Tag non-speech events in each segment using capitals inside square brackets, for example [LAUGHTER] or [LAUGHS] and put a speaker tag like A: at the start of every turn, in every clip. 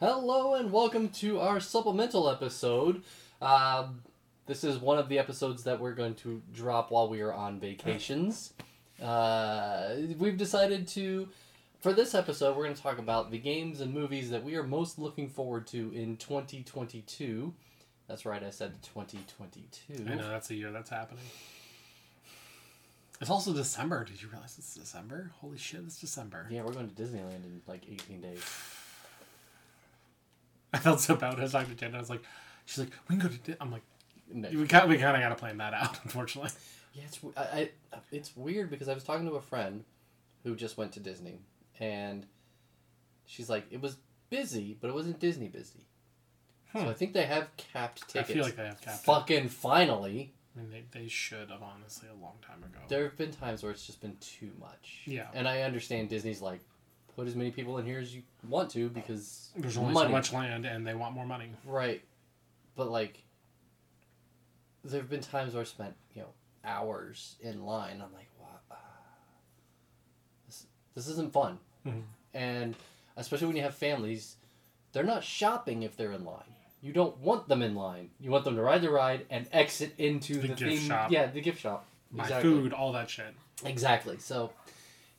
A: and welcome to our supplemental episode. Um, this is one of the episodes that we're going to drop while we are on vacations. Uh, we've decided to, for this episode, we're going to talk about the games and movies that we are most looking forward to in 2022. That's right, I said 2022.
B: I know that's a year that's happening. It's also December. Did you realize it's December? Holy shit, it's December.
A: Yeah, we're going to Disneyland in like 18 days.
B: I felt so bad when I was talking to Jen. I was like, she's like, we can go to. Di-. I'm like,
A: No.
B: we kind we kind of got to plan that out. [LAUGHS] Unfortunately,
A: Yeah, it's w- I, I- it's weird because I was talking to a friend who just went to Disney, and she's like, it was busy, but it wasn't Disney busy.
B: Hmm.
A: So I think they have capped tickets.
B: I feel like they have capped. it.
A: Fucking finally,
B: I mean, they, they should have honestly a long time ago.
A: there have been times where it's just been too much.
B: Yeah.
A: and I understand Disney's like, put as many people in here as you want to because
B: There's only
A: money.
B: so much land, and they want more money.
A: Right. But like there have been times where I spent, you know, hours in line. I'm like, wow, uh, [SIGHS] this, this isn't fun.
B: Mhm.
A: And especially when you have families, they're not shopping if they're in line. You don't want them in line. You want them to ride the ride and exit into the,
B: The gift
A: theme-
B: shop.
A: Yeah, the gift shop.
B: My food, all that shit.
A: Exactly. So,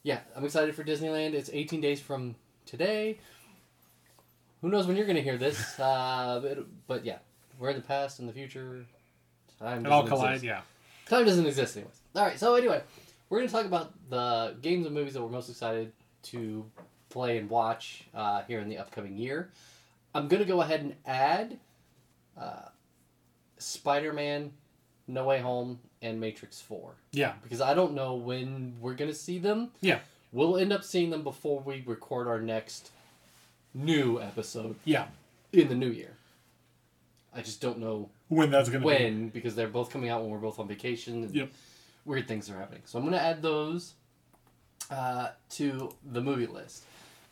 A: yeah, I'm excited for Disneyland. It's 18 days from today. Who knows when you're going to hear
B: [LAUGHS]
A: this? Uh, but, but yeah, we're in the past and the future. Time
B: It all
A: doesn't
B: collide.
A: exist.
B: Yeah.
A: Time doesn't exist, anyways. All right. So anyway, we're going to talk about the games and movies that we're most excited to play and watch uh, here in the upcoming year. I'm going to go ahead and add uh, Spider-Man, No Way Home, and Matrix Four
B: Yeah.
A: because I don't know when we're gonna see them.
B: Yeah.
A: We'll end up seeing them before we record our next new episode
B: Yeah.
A: in the new year. I just don't know
B: When that's gonna be.
A: when because they're both coming out when we're both on vacation and
B: Yep.
A: weird things are happening. So I'm gonna add those uh, to the movie list.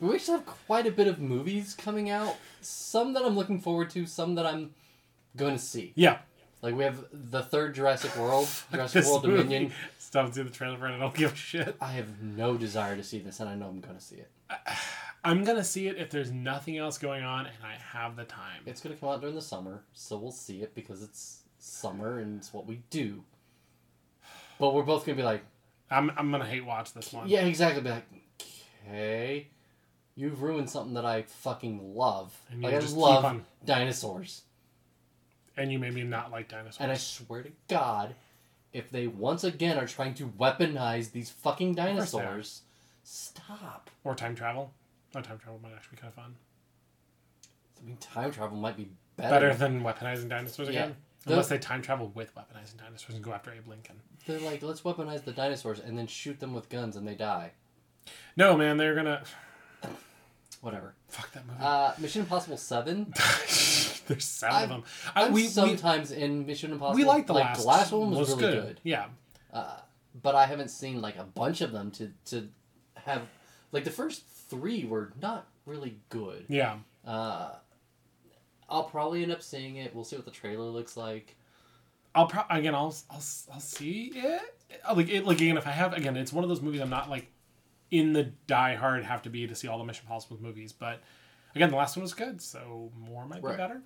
A: But we actually have quite a bit of movies coming out. Some that I'm looking forward to, some that I'm gonna see.
B: Yeah.
A: Like we have the third Jurassic
B: [LAUGHS]
A: World, Jurassic
B: This
A: World
B: movie.
A: Dominion.
B: Stop to the trailer for it. I don't give a shit.
A: I have no desire to see this, and I know I'm going to see it.
B: I'm gonna see it if there's nothing else going on and I have the time.
A: It's going to come out during the summer, so we'll see it because it's summer and it's what we do. But we're both going to be like,
B: I'm I'm gonna hate watch this one.
A: yeah, exactly. Be like, okay, you've ruined something that I fucking love.
B: And
A: like,
B: you
A: I
B: just keep
A: love
B: on-
A: dinosaurs.
B: And you made me not like dinosaurs.
A: And I swear to God, if they once again are trying to weaponize these fucking
B: course they are.
A: dinosaurs, stop.
B: or time travel. No time travel might actually be kind of fun.
A: I mean, time travel might be
B: Better than weaponizing dinosaurs
A: Yeah.
B: again. Unless they time travel with weaponizing dinosaurs and go after Abe Lincoln.
A: They're like, let's weaponize the dinosaurs and then shoot them with guns and they die.
B: No, man, they're gonna [SIGHS]
A: Whatever.
B: fuck that movie.
A: Uh, Mission Impossible 7.
B: [LAUGHS] There's seven
A: I-
B: of them. I,
A: I'm
B: we, we
A: sometimes in Mission Impossible.
B: we liked the
A: like,
B: last.
A: The last one was, really good.
B: Yeah,
A: Uh, but I haven't seen like a bunch of them to, to have. Like the first three were not really good.
B: yeah.
A: Uh, I'll probably end up seeing it. We'll see what the trailer looks like.
B: I'll pro- again. I'll, I'll I'll see it. Uh, Like it. Like again, if I have again, it's one of those movies. I'm not like in the die hard have to be to see all the Mission Impossible movies. But again, the last one was good, so more might
A: Right.
B: be better.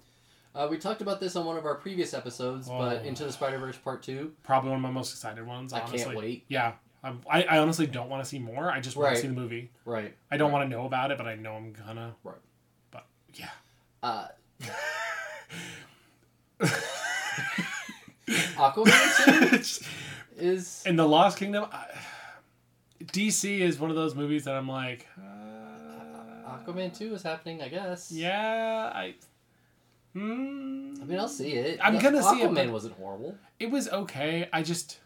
A: Uh, we talked about this on one of our previous episodes, but
B: Oh.
A: Into the Spider Verse Part 2.
B: Probably one of my most excited ones.
A: I can't
B: Honestly.
A: wait.
B: Yeah. I'm, I I honestly don't want to see more. I just want
A: Right.
B: to see the movie.
A: Right.
B: I don't want to know about it, but I know I'm
A: [LAUGHS]
B: gonna.
A: Right.
B: But yeah.
A: Uh,
B: [LAUGHS]
A: Aquaman 2? is
B: In the Lost Kingdom, I, [SIGHS] DC is one of those movies that I'm like, uh,
A: Aquaman 2 is happening, I guess.
B: yeah, I.
A: I
B: Mm,
A: mean, I'll see it.
B: I'm
A: No,
B: gonna see it,
A: Aquaman
B: but-
A: wasn't horrible.
B: it was okay. I just,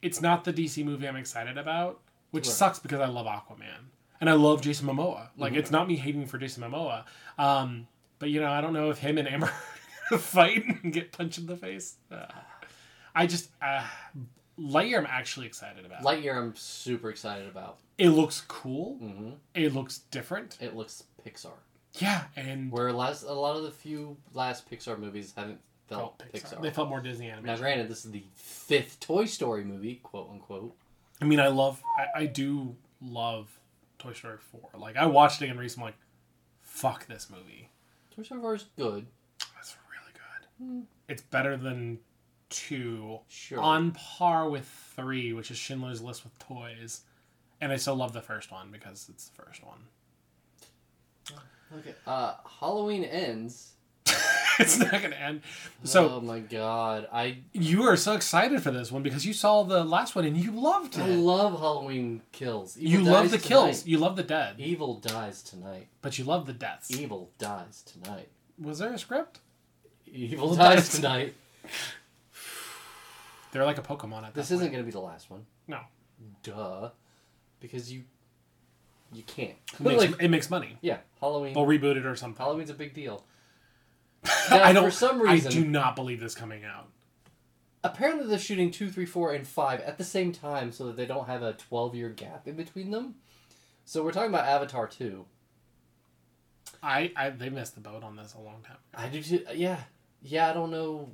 B: it's not the DC movie I'm excited about, which
A: Right.
B: sucks because I love Aquaman and I love Jason Momoa. Like,
A: Mm-hmm.
B: it's not me hating for Jason Momoa, um, but you know, I don't know if him and Amber [LAUGHS] fight and get punched in the face. Uh, I just, uh, Lightyear, I'm actually excited about.
A: Lightyear, I'm super excited about.
B: it looks cool.
A: hmm
B: It looks different.
A: It looks Pixar.
B: Yeah, and
A: Where last a lot of the few last Pixar movies haven't felt
B: felt Pixar.
A: Pixar.
B: They felt more Disney
A: Now,
B: animation.
A: granted, this is the fifth Toy Story movie, quote unquote.
B: I mean, I love, I, I do love Toy Story four. Like I watched it again recently. I'm like, fuck this movie.
A: Reservoir is good.
B: That's really good. It's better than two.
A: Sure.
B: On par with three, which is Schindler's List with toys. And I still love the first one because it's the first one. [LAUGHS]
A: Okay. Uh, Halloween ends.
B: it's not going to end. So
A: oh my god, I
B: you are so excited for this one because you saw the last one and you loved it.
A: I love Halloween kills.
B: you
A: Evil
B: love
A: dies
B: the
A: tonight.
B: kills. You love the dead.
A: Evil dies tonight.
B: But you love the deaths.
A: Evil dies tonight.
B: Was there a script?
A: Evil
B: dies
A: dies [LAUGHS] tonight.
B: They're like a Pokemon at
A: This
B: that
A: isn't
B: point.
A: going to be the last one.
B: No.
A: Duh. Because you you can't.
B: [LAUGHS] It makes,
A: like
B: it makes money.
A: yeah, Halloween.
B: They'll reboot it or something.
A: Halloween's a big deal. Now,
B: I don't,
A: for some reason,
B: [LAUGHS] I do not believe this coming out.
A: apparently they're shooting two, three, four, and five at the same time, so that they don't have a twelve-year gap in between them. So we're talking about Avatar two.
B: I, I they missed the boat on this a long time.
A: I do
B: uh,
A: too. Yeah, yeah. I don't know.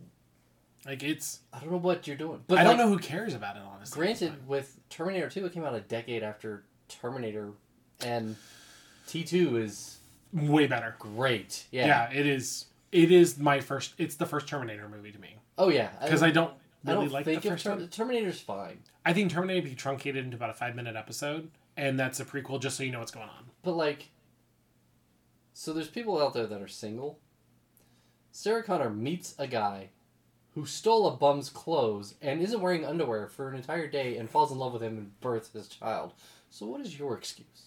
B: Like it's
A: I don't know what you're doing. But
B: I
A: like,
B: don't know who cares about it honestly.
A: Granted, with Terminator two, it came out a decade after Terminator, and T two is
B: way better.
A: great. Yeah.
B: Yeah. it is. It is my first. It's the first Terminator movie to me
A: Oh yeah.
B: because I, don't
A: I
B: really
A: don't
B: like the
A: think
B: first
A: of Ter-
B: one.
A: Terminator's fine,
B: I think Terminator could be truncated into about a five minute episode, and that's a prequel just so you know what's going
A: [LAUGHS]
B: on. [LAUGHS]
A: but like, so there's people out there that are single. Sarah Connor meets a guy who stole a bum's clothes and isn't wearing underwear for an entire day and falls in love with him and births his child. So what is your
B: [LAUGHS]
A: excuse?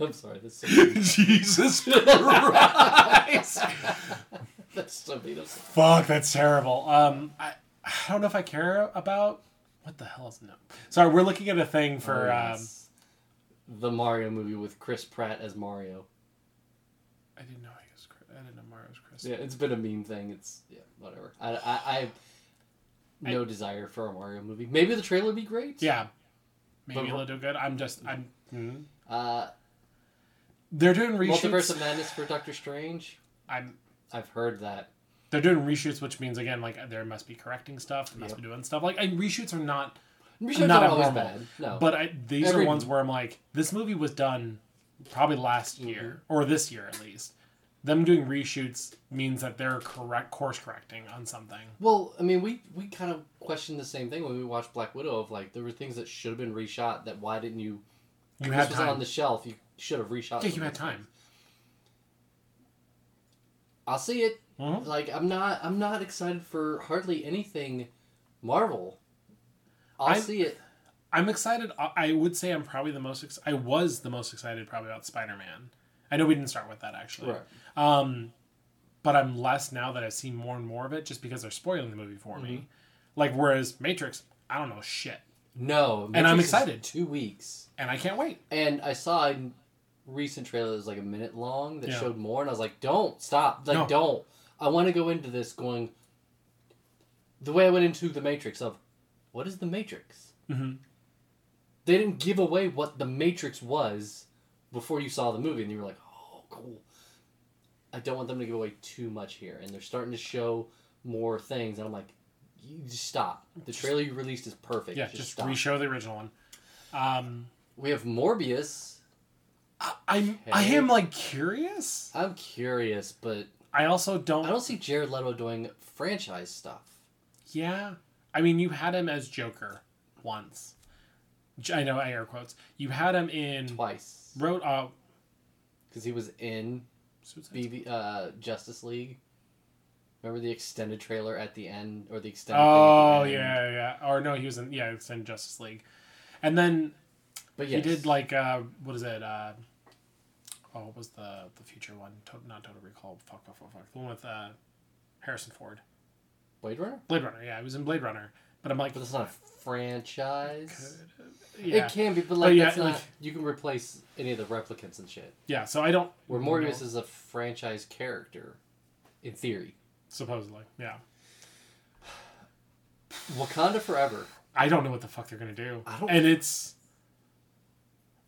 A: I'm sorry. That's
B: [LAUGHS]
A: so, [LAUGHS]
B: Jesus Christ!
A: that's so beautiful.
B: Fuck, that's terrible. Um, I I don't know if I care about what the hell is no. Sorry, we're looking at a thing for um.
A: Oh, the Mario movie with Chris Pratt as Mario.
B: I didn't know he was. Chris- I didn't know Mario was Chris.
A: Yeah, it's been a meme thing. It's yeah, whatever. I I, I have no desire for a Mario movie. Maybe the trailer would be great.
B: Yeah. Maybe
A: But-
B: it'll do good. I'm just I'm
A: Uh,
B: they're doing
A: Multiverse
B: reshoots.
A: of Madness for Doctor Strange.
B: I'm
A: I've heard that.
B: they're doing reshoots, which means again like there must be correcting stuff, there must
A: Yep.
B: be doing stuff. Like and reshoots are not
A: Reshoots
B: not
A: are always
B: abnormal.
A: bad. No,
B: but I, these
A: Every-
B: are ones where I'm like, this movie was done probably last
A: Mm-hmm.
B: year or this year at least. Them doing reshoots means that they're correct course correcting on something.
A: well, I mean, we we kind of questioned the same thing when we watched Black Widow. Of like, there were things that should have been reshot. That why didn't you?
B: You
A: this
B: had
A: was
B: time.
A: on the shelf. You should have reshot. some
B: yeah, you had
A: of it.
B: time.
A: I'll see it.
B: Mhm.
A: Like I'm not I'm not excited for hardly anything Marvel. I'll
B: I'm-
A: see it.
B: I'm excited. I I would say I'm probably the most. Ex- I was the most excited probably about Spider Man. I know we didn't start with that actually.
A: Right.
B: Um, but I'm less now that I've seen more and more of it, just because they're spoiling the movie for
A: Mm-hmm.
B: me. Like whereas Matrix, I don't know shit,
A: No,
B: And I'm
A: Matrix is
B: excited.
A: Two weeks,
B: and I can't wait.
A: and I saw a recent trailer that was like a minute long that
B: Yeah.
A: showed more, and I was like, "Don't stop! Like,
B: No.
A: don't! I want to go into this going the way I went into the Matrix of what is the Matrix?
B: Mhm.
A: They didn't give away what the Matrix was before you saw the movie, and you were like, "Oh, cool." I don't want them to give away too much here, and they're starting to show more things, and I'm like, "You just stop." The trailer you released is perfect.
B: Yeah, just,
A: stop.
B: re-show the original one. Um,
A: We have Morbius.
B: I, I'm I
A: Okay.
B: am like curious.
A: I'm curious, but
B: I also don't,
A: I don't see Jared Leto doing franchise stuff.
B: Yeah, I mean you had him as Joker once. J- I know I air quotes. You had him in
A: Twice.
B: wrote uh.
A: Because he was in
B: Suicide
A: BB, uh, Justice League. Remember the extended trailer at the end? Or the extended
B: Oh
A: thing at the end?
B: yeah, yeah. Or no, he was in yeah, he was in Justice League, and then
A: But
B: he
A: yes.
B: did like uh, what is it? Uh, oh, what was the the future one? To- not Total Recall. Fuck, fuck, fuck, fuck. The one with uh, Harrison Ford.
A: Blade Runner?
B: Blade Runner. Yeah, he was in Blade Runner. But I'm like,
A: But it's not a franchise.
B: yeah,
A: It can be, but like,
B: yeah,
A: it's not,
B: like-
A: you can replace any of the replicants and shit.
B: yeah. So I don't.
A: Where Morbius
B: No,
A: is a franchise character, in theory.
B: supposedly, yeah.
A: Wakanda Forever.
B: I don't know what the fuck they're gonna do.
A: I don't-
B: And it's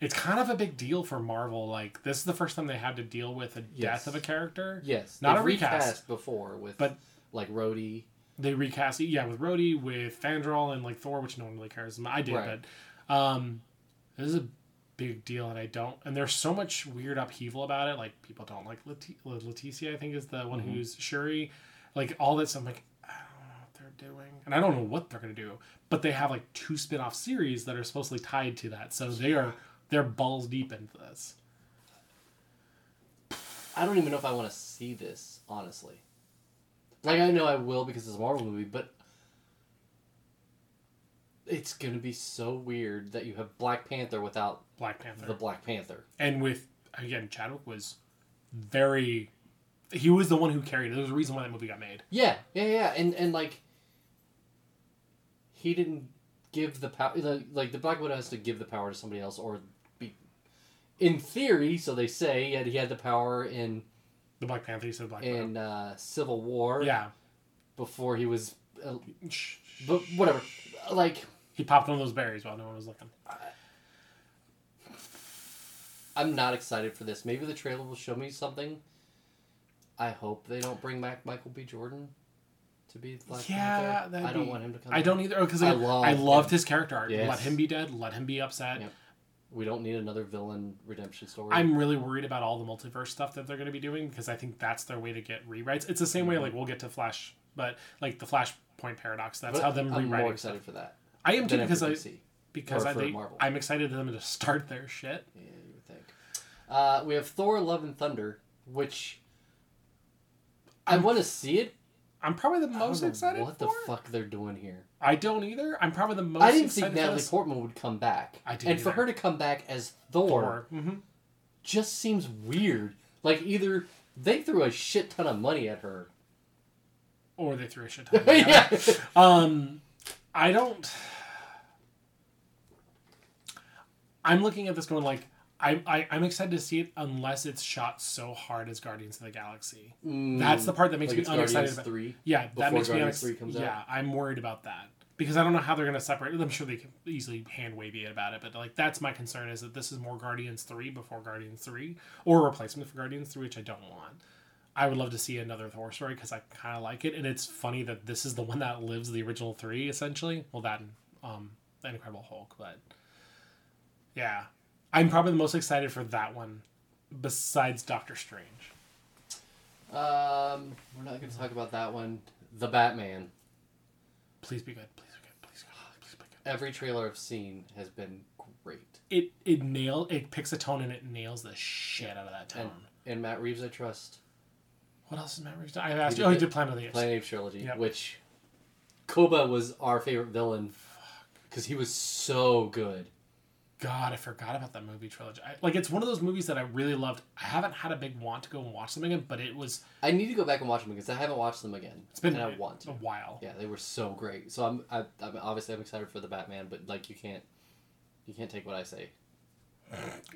B: it's kind of a big deal for Marvel. Like this is the first time they had to deal with a
A: Yes.
B: death of a character.
A: Yes.
B: Not
A: they've
B: a recast.
A: recast before with,
B: But-
A: like, Rhodey.
B: they recast it, yeah with Rhodey with Fandral and like Thor which no one really cares I did
A: Right.
B: but um this is a big deal, and I don't. And there's so much weird upheaval about it. Like people don't like Leti- La- Leticia. I think is the one
A: Mhm.
B: who's Shuri. Like all that stuff. I'm like, I don't know what they're doing, and I don't know what they're gonna do. But they have like two spin-off series that are supposedly tied to that, so they are they're balls deep into this.
A: I don't even know if I want to see this, honestly. Like I know I will because it's a Marvel movie, but it's gonna be so weird that you have Black Panther without
B: Black Panther.
A: the Black Panther.
B: and with again Chadwick was very he was the one who carried it. There's a reason why that movie got made.
A: Yeah, yeah, yeah, and and like he didn't give the power. Like the Black Widow has to give the power to somebody else, or be in theory, so they say. Yet he had the power in
B: The Black Panther, he said Black
A: in uh, Civil War.
B: Widow. Yeah.
A: before he was, uh,
B: Shh, shh.
A: but whatever. Like
B: He popped one of those berries while no one was looking.
A: I'm not excited for this. Maybe the trailer will show me something. I hope they don't bring back Michael B. Jordan to be Black
B: yeah,
A: Panther.
B: that'd
A: I don't
B: be-
A: want him to come.
B: I
A: back.
B: don't either because
A: I
B: I,
A: love
B: I loved
A: him.
B: his character arc.
A: Yes.
B: Let him be dead. Let him be upset.
A: Yep. We don't need another villain redemption story.
B: I'm really worried about all the multiverse stuff that they're going to be doing because I think that's their way to get rewrites. It's the same
A: Mm-hmm.
B: way like we'll get to Flash, but like the Flashpoint paradox. That's
A: But
B: how them
A: I'm more
B: rewriting. stuff.
A: excited for that
B: I am too
A: than ever
B: because I
A: DC.
B: because
A: or
B: I
A: for
B: think
A: Marvel.
B: I'm excited for them to start their shit.
A: Yeah, you would think. Uh, we have Thor: Love and Thunder, which I want to see it.
B: I'm probably the
A: I don't
B: most
A: know
B: excited.
A: What
B: for
A: the
B: it.
A: fuck they're doing here?
B: I don't either. I'm probably the most.
A: I didn't
B: excited
A: think
B: for
A: Natalie
B: this
A: Portman would come back.
B: I didn't
A: And for
B: either.
A: her to come back as Thor,
B: Thor. Mhm.
A: just seems weird. Like either they threw a shit ton of money at her.
B: Or they threw a shit ton. of money
A: [LAUGHS] yeah.
B: at it. Um, I don't. I'm looking at this going like I, I I'm excited to see it unless it's shot so hard as Guardians of the Galaxy. [LAUGHS] That's the part that makes
A: Mm. Like
B: me
A: it's
B: unexcited
A: Guardians
B: about.
A: three.
B: Yeah,
A: before
B: that makes me
A: Guardians
B: unex-
A: 3 comes out.
B: Yeah, I'm worried about that because I don't know how they're going to separate. I'm sure they can easily hand wavy it about it, but like that's my concern is that this is more Guardians three before Guardians three or a replacement for Guardians three, which I don't want. I would love to see another Thor story because I kind of like it, and it's funny that this is the one that lives the original three essentially. Well, that and um, the Incredible Hulk, but yeah, I'm probably the most excited for that one besides Doctor Strange.
A: Um, we're not going to talk about that one. The Batman.
B: Please be good. Please be good. Please be good. Please be good.
A: Every trailer I've seen has been great,
B: it it nail it picks a tone and it nails the shit out of that tone.
A: and and Matt Reeves I trust.
B: what else is Matt Reeves? done? I've asked.
A: He
B: you. Oh, he
A: did
B: did Planet of the Apes.
A: Planet Ape trilogy,
B: Yep.
A: which Koba was our favorite villain because he was so good.
B: God, I forgot about that movie trilogy. I, like it's one of those movies that I really loved. I haven't had a big want to go and watch them again, but it was
A: I need to go back and watch them because I haven't watched them again,
B: it's been
A: and I want to.
B: a while.
A: Yeah, they were so great. So I'm, I, I'm obviously I'm excited for the Batman, but like you can't, you can't take what I say.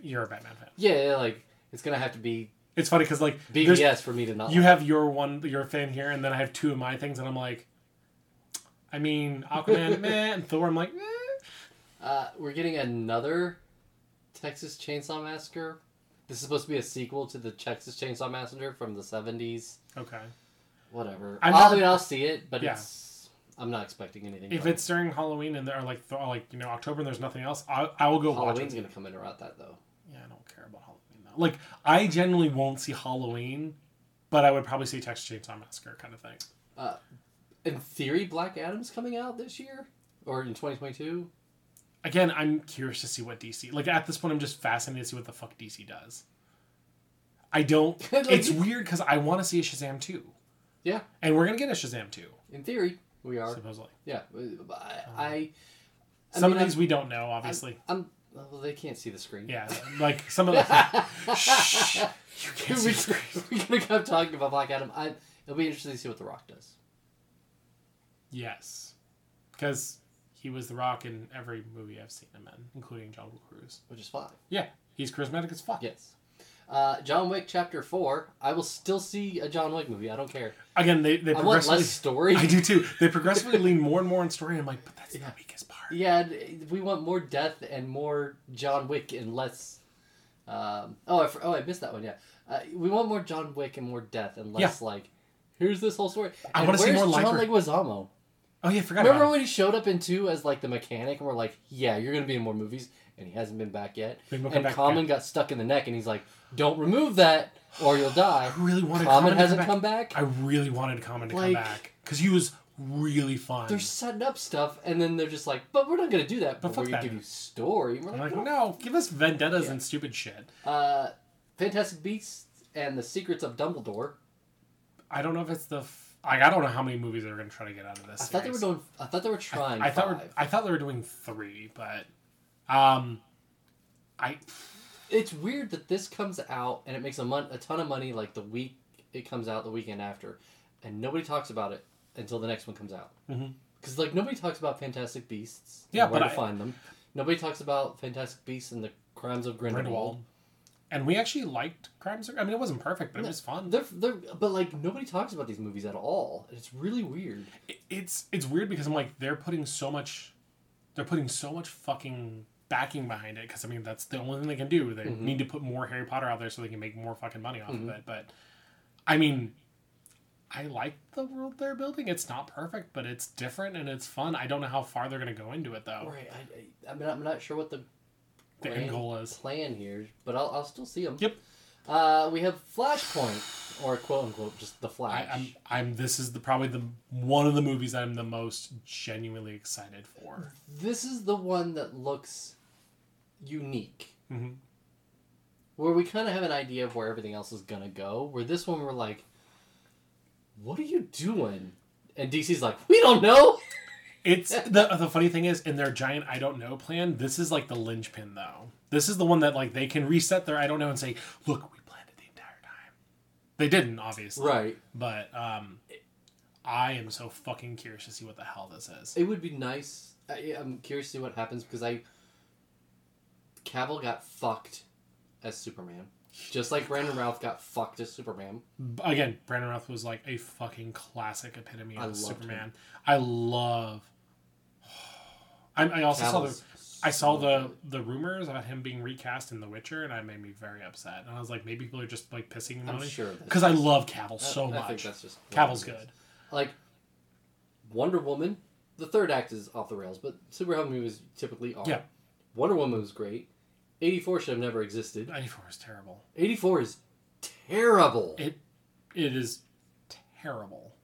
B: You're a Batman fan.
A: Yeah, yeah like it's gonna have to be
B: It's funny because like there's-
A: BBS for me to not.
B: you have your one your fan here, and then I have two of my things, and I'm like, I mean
A: [LAUGHS]
B: Aquaman, meh, and Thor. I'm like, eh.
A: uh, we're getting another Texas Chainsaw Massacre. This is supposed to be a sequel to the Texas Chainsaw Massacre from the '70s.
B: okay.
A: Whatever.
B: I'm
A: I'll,
B: not-
A: I mean, I'll see it, but
B: Yeah.
A: it's I'm not expecting anything.
B: If
A: from it.
B: it's during Halloween and there are like th- like you know October and there's nothing else, I, I will go watch it.
A: Halloween's gonna come in around that though.
B: Yeah, I don't care about Halloween though. Like, I generally won't see Halloween, but I would probably see Texas Chainsaw Massacre kind of thing.
A: In theory, Black Adam's coming out this year or in 2022.
B: Again, I'm curious to see what DC. Like at this point, I'm just fascinated to see what the fuck DC does. I don't.
A: [LAUGHS] Like-
B: it's weird because I want to see a Shazam two,
A: Yeah,
B: and we're gonna get a Shazam two
A: in theory, we are.
B: supposedly.
A: Yeah, uh, I. I I
B: Uh, Some
A: mean,
B: of these we don't know, obviously.
A: I'm, I'm. Well, they can't see the screen.
B: yeah, like some of the.
A: [LAUGHS]
B: Shh, you can't see
A: we,
B: the screen.
A: [LAUGHS] we're
B: [LAUGHS]
A: gonna keep talking about Black Adam. I, it'll be interesting to see what The Rock does.
B: Yes, because he was the Rock in every movie I've seen him in, including John Cruise.
A: Which is fine.
B: Yeah, he's charismatic as fuck.
A: Yes. Uh, John Wick Chapter Four. I will still see a John Wick movie. I don't care.
B: Again, they they
A: I want
B: progressively.
A: less story.
B: [LAUGHS] I do too. They progressively lean more and more on story. And I'm like, but that's
A: Yeah.
B: the weakest part.
A: [LAUGHS] Yeah, d- we want more death and more John Wick and less. Um, oh, I, fr- oh, I missed that one. Yeah, uh, we want more John Wick and more death and less like. Here's this whole story.
B: I
A: And
B: wanna see
A: where's
B: more
A: John
B: Lifer.
A: Leguizamo.
B: Oh yeah, I forgot
A: Remember
B: [LAUGHS] about
A: when he showed up in two as like the mechanic, and we're like, "Yeah, you're gonna be in more movies," and he hasn't been back yet.
B: Maybe we'll come
A: and
B: back,
A: Common got stuck in the neck, and he's like, "Don't remove that, or you'll
B: [SIGHS]
A: die."
B: I really wanted
A: Common
B: Common to
A: hasn't
B: come
A: come back.
B: I really wanted Common to
A: Like-
B: come back because he was really fun.
A: They're setting up stuff, and then they're just like, "But we're not gonna do that." But,
B: But fuck
A: we're gonna
B: that.
A: give you story. We're
B: I'm
A: like,
B: like,
A: "No."
B: no, give us vendettas
A: Yeah.
B: and stupid shit.
A: Uh, Fantastic Beasts and the Secrets of Dumbledore.
B: I don't know if it's the. F- I I don't know how many movies they're going to try to get out of this.
A: I thought they were
B: series.
A: doing. I thought they were trying.
B: I thought we're,
A: five.
B: I thought they were doing three, but um, I
A: it's weird that this comes out and it makes a mon- a ton of money like the week it comes out the weekend after, and nobody talks about it until the next one comes out.
B: Mhm.
A: Because like nobody talks about Fantastic Beasts. and
B: Yeah,
A: where
B: but
A: to
B: I-
A: find them. Nobody talks about Fantastic Beasts and the Crimes of Grindelwald.
B: Grindelwald, and we actually liked Crimes. I mean, it wasn't perfect, but it
A: No.
B: was fun.
A: They're, they're, but like nobody talks about these movies at all. It's really weird.
B: It- It's it's weird because I'm like they're putting so much, they're putting so much fucking backing behind it because I mean that's the only thing they can do. They need to put more Harry Potter out there so they can make more fucking money off of it. But I mean, I like the world they're building. It's not perfect, but it's different and it's fun. I don't know how far they're gonna go into it though.
A: Right. I, I, I mean, I'm not sure what the
B: The end
A: grand
B: goal is
A: plan here, but I'll, I'll still see them.
B: Yep.
A: Uh, we have Flashpoint, or quote unquote, just the Flash.
B: I, I'm I'm this is the probably the one of the movies I'm the most genuinely excited for.
A: This is the one that looks unique,
B: Mm-hmm.
A: where we kind of have an idea of where everything else is gonna go. Where this one, we're like, "What are you doing?" And DC's like, "We don't know." [LAUGHS]
B: It's the the funny thing is in their giant I don't know plan. This is like the linchpin though. This is the one that like they can reset their I don't know and say, look, we planned it the entire time. They didn't obviously,
A: Right.
B: but um, I am so fucking curious to see what the hell this is.
A: It would be nice. I, I'm curious to see what happens because I. Cavill got fucked as Superman, just like Brandon Routh got fucked as Superman.
B: B- Again, Brandon Routh was like a fucking classic epitome
A: I
B: of
A: loved
B: Superman. I love. [SIGHS] I, I also saw the
A: Cavill's
B: I saw
A: so
B: the
A: good.
B: the rumors about him being recast in The Witcher, and I made me very upset. And I was like, maybe people are just like pissing him
A: I'm
B: on it
A: sure that's-
B: because I love Cavill
A: I,
B: so
A: I think
B: much.
A: that's just
B: Cavill's good.
A: like Wonder Woman. The third act is off the rails, but superhero movies typically are.
B: Yeah.
A: Wonder Woman was great. Eighty four should have never existed.
B: Ninety four is terrible.
A: Eighty four is terrible.
B: It it is terrible. [LAUGHS]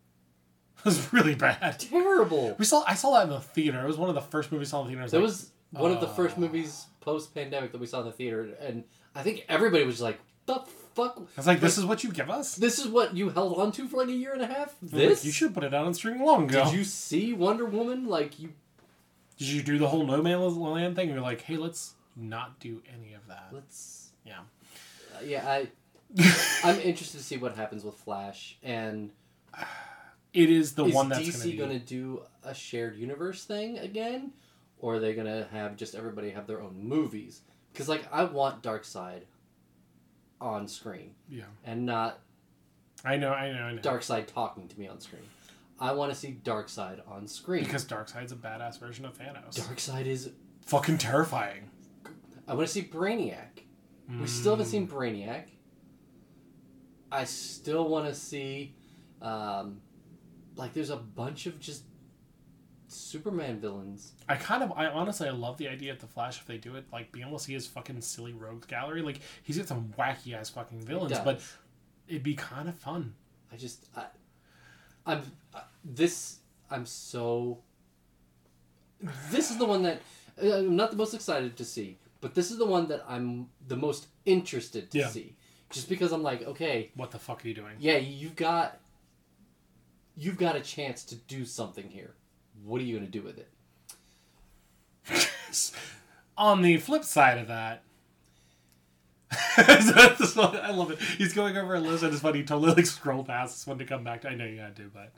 B: It was really bad.
A: terrible.
B: We saw I saw that in the theater. It was one of the first movies I saw in the theater. I
A: That
B: like,
A: was one of the first
B: uh,
A: movies post pandemic that we saw in the theater, and I think everybody was like, "The fuck."
B: I was like, this is what you give us.
A: This is what you held on to for like a year and a half.
B: I was like,
A: This
B: you should have put it out on streaming long ago.
A: did you see Wonder Woman? Like you,
B: Did you do the whole No Man's Land thing? You're like, hey, let's not do any of that.
A: let's
B: Yeah.
A: Uh, yeah, I I'm interested to see what happens with Flash and
B: [LAUGHS] It is the
A: is
B: one that's
A: DC
B: going
A: gonna
B: to
A: do a shared universe thing again, or are they gonna have just everybody have their own movies? Because like I want Dark Side on screen
B: be. Yeah.
A: and not
B: I know, I know, I know.
A: Dark Side talking to me on screen. I want to see Dark Side on screen
B: Because Darkseid's a badass version of Thanos.
A: Dark Side is.
B: Fucking terrifying.
A: I want to see Brainiac. We still
B: Mm.
A: haven't
B: Hmm.
A: seen Brainiac. I still want to see, um, like, there's a bunch of just Superman villains.
B: I kind of, I honestly, I love the idea of the Flash if they do it, like being able to see his fucking silly rogues gallery. Like he's got some wacky ass fucking villains,
A: does.
B: but it'd be kind of fun.
A: I just, I, I'm, I, this, I'm so. This is the one that uh, I'm not the most excited to see, but this is the one that I'm the most interested to
B: Yeah.
A: see, just because I'm like, okay,
B: What the fuck are you doing?
A: yeah, you've got, you've got a chance to do something here. What are you gonna do with it? [LAUGHS]
B: On the flip side of that. [LAUGHS] That's what- I love it. He's going over a list. I just funny. He totally like scroll past this one to come back to. I know you gotta do, but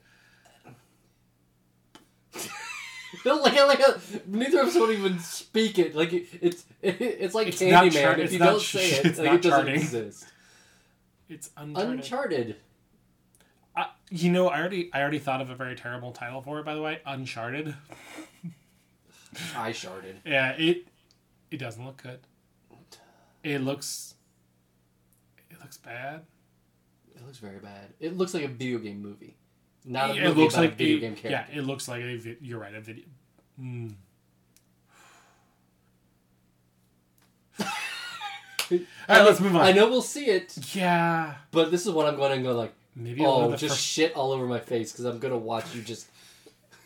A: No, like, like uh, neither of us would even speak it. Like it, it's it, it's like
B: It's not
A: Candyman.
B: chart-
A: if
B: it's
A: you
B: not
A: don't
B: ch-
A: say it,
B: it's
A: like
B: not
A: it doesn't
B: charting.
A: exist.
B: it's uncharted.
A: Uncharted.
B: I, you know, I already, I already thought of a very terrible title for it. By the way, Uncharted.
A: I sharded.
B: Yeah, it it doesn't look good. It looks it looks bad.
A: It looks very bad. It looks like a video game movie. Not a
B: it
A: movie,
B: looks
A: but
B: like
A: a video
B: a-
A: game character.
B: Yeah, it looks like a. vi- You're right, a video. Mm. All right, let's move on.
A: I know we'll see it,
B: Yeah,
A: but this is what I'm going to go like.
B: maybe one of
A: oh,
B: the
A: just
B: first.
A: shit all over my face because I'm gonna watch you just.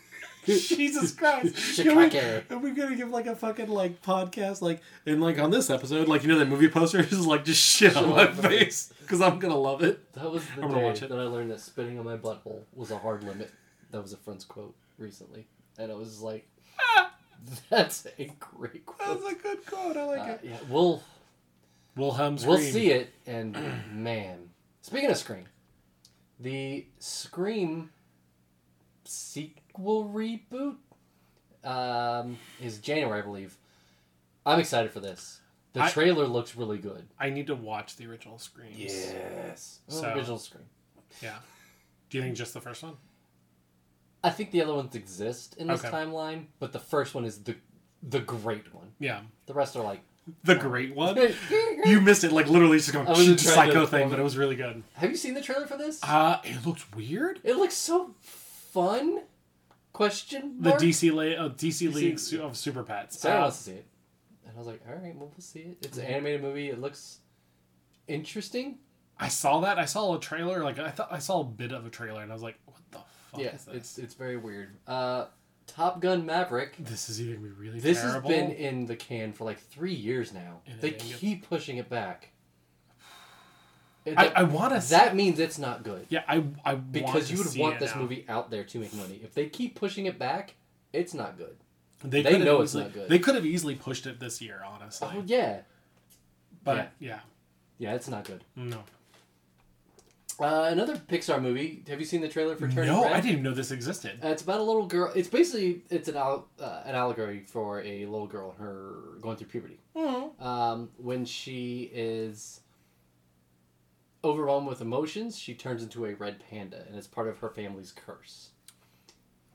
B: [LAUGHS] Jesus
A: [LAUGHS]
B: Christ! Can we-
A: Chicago.
B: Are we gonna give like a fucking like podcast like and like on this episode like you know that movie poster [LAUGHS] is like just shit on
A: Shit
B: my
A: on my
B: face because I'm gonna love it.
A: That
B: [LAUGHS]
A: was the
B: I'm gonna
A: day
B: watch it.
A: that I learned that spitting on my butthole was a hard limit. That was a friend's quote recently, and I was like,
B: Ah.
A: [LAUGHS] "That's a great quote."
B: a good quote. I
A: Uh, yeah, we'll
B: Wilhelm Scream.
A: we'll see it, and [CLEARS THROAT] man, speaking of Scream, the Scream sequel reboot um, is January, I believe. I'm excited for this. The
B: I-
A: trailer looks really good.
B: I need to watch the original Screams.
A: Yes. Well,
B: So-
A: Original Scream.
B: Yeah. Do you think just the first one?
A: I think the other ones exist in this
B: Okay.
A: timeline, but the first one is the the great one.
B: Yeah.
A: The rest are like.
B: The
A: [LAUGHS]
B: great one.
A: Have
B: You missed it. Like literally, it's just going
A: I wasn't
B: just
A: trying
B: psycho
A: to-
B: thing, but it was really good.
A: you seen the trailer for this?
B: Uh, it looks weird.
A: It looks so fun. Question
B: The
A: mark.
B: DC la- uh, DC
A: You see-
B: League su- of Super Pets.
A: Sarah
B: Uh,
A: wants to see it, and I was like, all right, well, we'll see it. It's an animated movie. It looks interesting.
B: I saw that. I saw a trailer. Like I thought I saw a bit of a trailer, and I was like, "What the fuck
A: yeah,
B: is this?
A: it's it's very weird. Uh, Top Gun Maverick.
B: This is either gonna be really
A: This
B: terrible.
A: has been in the can for like three years now.
B: And
A: they
B: it didn't get-
A: keep pushing it
B: [SIGHS]
A: back. It-
B: I, I want to.
A: That means it's not good
B: Yeah, I I want
A: because
B: to
A: you would
B: see
A: want
B: it
A: this
B: now.
A: movie out there to make money. If they keep pushing it back, it's not good.
B: They,
A: they
B: could have
A: know it's
B: easily-
A: not good.
B: They could have easily pushed it this year, honestly.
A: Oh yeah,
B: but yeah.
A: yeah, it's not good.
B: no,
A: Uh, another Pixar movie. Have you seen the trailer for Turning
B: no,
A: Red?
B: I didn't even know this existed.
A: Uh, it's about a little girl. It's basically it's an al- uh, an allegory for a little girl her going through puberty. Um, when she is overwhelmed with emotions, she turns into a red panda, and it's part of her family's curse.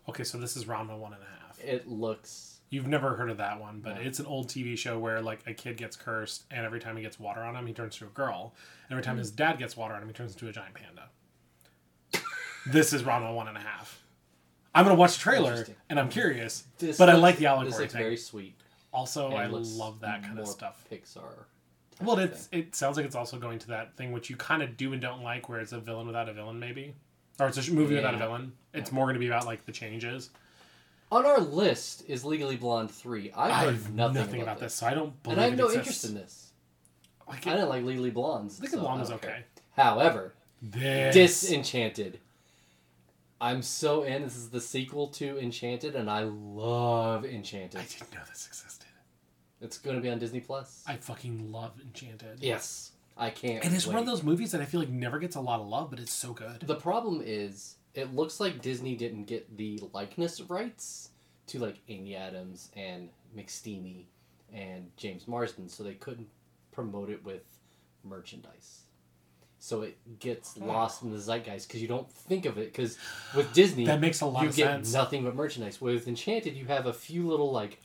B: Okay, so this is Rama one and a half.
A: It looks
B: You've never heard of that one, but
A: No.
B: it's an old TV show where like a kid gets cursed, and every time he gets water on him, he turns to a girl. And
A: Mm-hmm.
B: every time his dad gets water on him, he turns into a giant panda. [LAUGHS] this is Rama one and a half. I'm gonna watch the trailer,
A: Interesting.
B: and I'm curious,
A: This
B: but I
A: looks-
B: like the
A: This
B: allegory
A: looks
B: thing.
A: very sweet.
B: Also,
A: and
B: I
A: looks
B: love that kind
A: more
B: of stuff.
A: Pixar. type
B: Well,
A: of
B: it's it sounds like it's also going to that thing which you kind of do and don't like, where it's a villain without a villain, maybe, or it's a sh- movie without a
A: Yeah.
B: villain. It's more going to be about like the changes.
A: thing. on our list is Legally Blonde three. I
B: I
A: heard
B: have
A: nothing,
B: nothing, about, this, so I don't believe
A: and I have
B: it
A: no
B: exists.
A: interest in this.
B: Like,
A: I didn't like Legally Blondes.
B: Legally
A: so I
B: Blonde was
A: don't care.
B: okay.
A: However,
B: this.
A: Disenchanted. I'm so in. This is the sequel to Enchanted, and I love Enchanted.
B: I didn't know this existed.
A: It's going to be on Disney Plus.
B: I fucking love Enchanted.
A: Yes, I can't.
B: and it's one of
A: wait.
B: those movies that I feel like never gets a lot of love, but it's so good.
A: The problem is, it looks like Disney didn't get the likeness rights to like Amy Adams and McSteamy and James Marsden, so they couldn't promote it with merchandise. So it gets lost in the zeitgeist because you don't think of it. Because with Disney,
B: That makes a lot
A: you
B: of
A: get
B: sense.
A: nothing but merchandise. With Enchanted, you have a few little like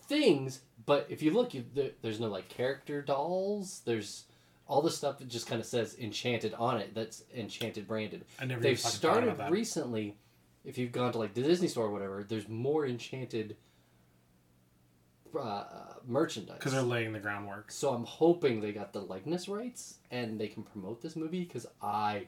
A: things, but if you look, you, there, there's no like character dolls. There's all the stuff that just kind of says Enchanted on it. That's Enchanted branded.
B: I never
A: They've
B: even fucking thought
A: started
B: about that.
A: recently. If you've gone to like the Disney store or whatever, there's more Enchanted uh, merchandise.
B: because they're laying the groundwork.
A: So I'm hoping they got the likeness rights and they can promote this movie because I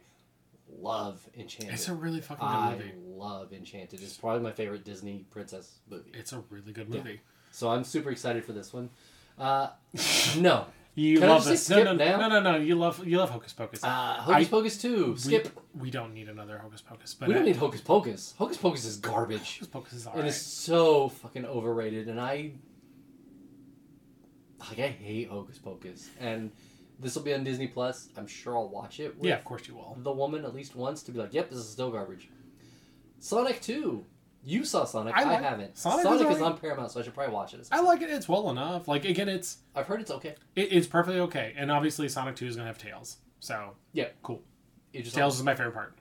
A: love Enchanted.
B: It's a really fucking good
A: I
B: movie.
A: love Enchanted. It's probably my favorite Disney princess movie.
B: It's a really good
A: Yeah.
B: movie.
A: So I'm super excited for this one. Uh, no.
B: You
A: Can I
B: love
A: just
B: this.
A: say skip
B: No, no,
A: now?
B: no, no, no. You love you love Hocus Pocus.
A: Uh, Hocus
B: I-
A: Pocus 2. Skip.
B: We, we don't need another Hocus Pocus, but
A: We, don't
B: I-
A: need Hocus Pocus. Hocus Pocus is garbage.
B: Hocus Pocus is
A: and
B: alright.
A: it's so fucking overrated. And I. Like, I hate Hocus Pocus. And this will be on Disney Plus. I'm sure I'll watch it. With
B: Yeah, of course you will.
A: The woman at least once to be like, yep, this is still garbage. Sonic 2. You saw Sonic.
B: I
A: I,
B: like-
A: haven't.
B: Sonic
A: Sonic,
B: is
A: is,
B: alright.
A: on Paramount, so I should probably watch it.
B: I like it. It's well enough. Like again, it's
A: I've heard it's okay.
B: it, it's perfectly okay. And obviously, Sonic Two is gonna have tails. So
A: Yeah.
B: cool.
A: It just
B: Tails is my favorite part.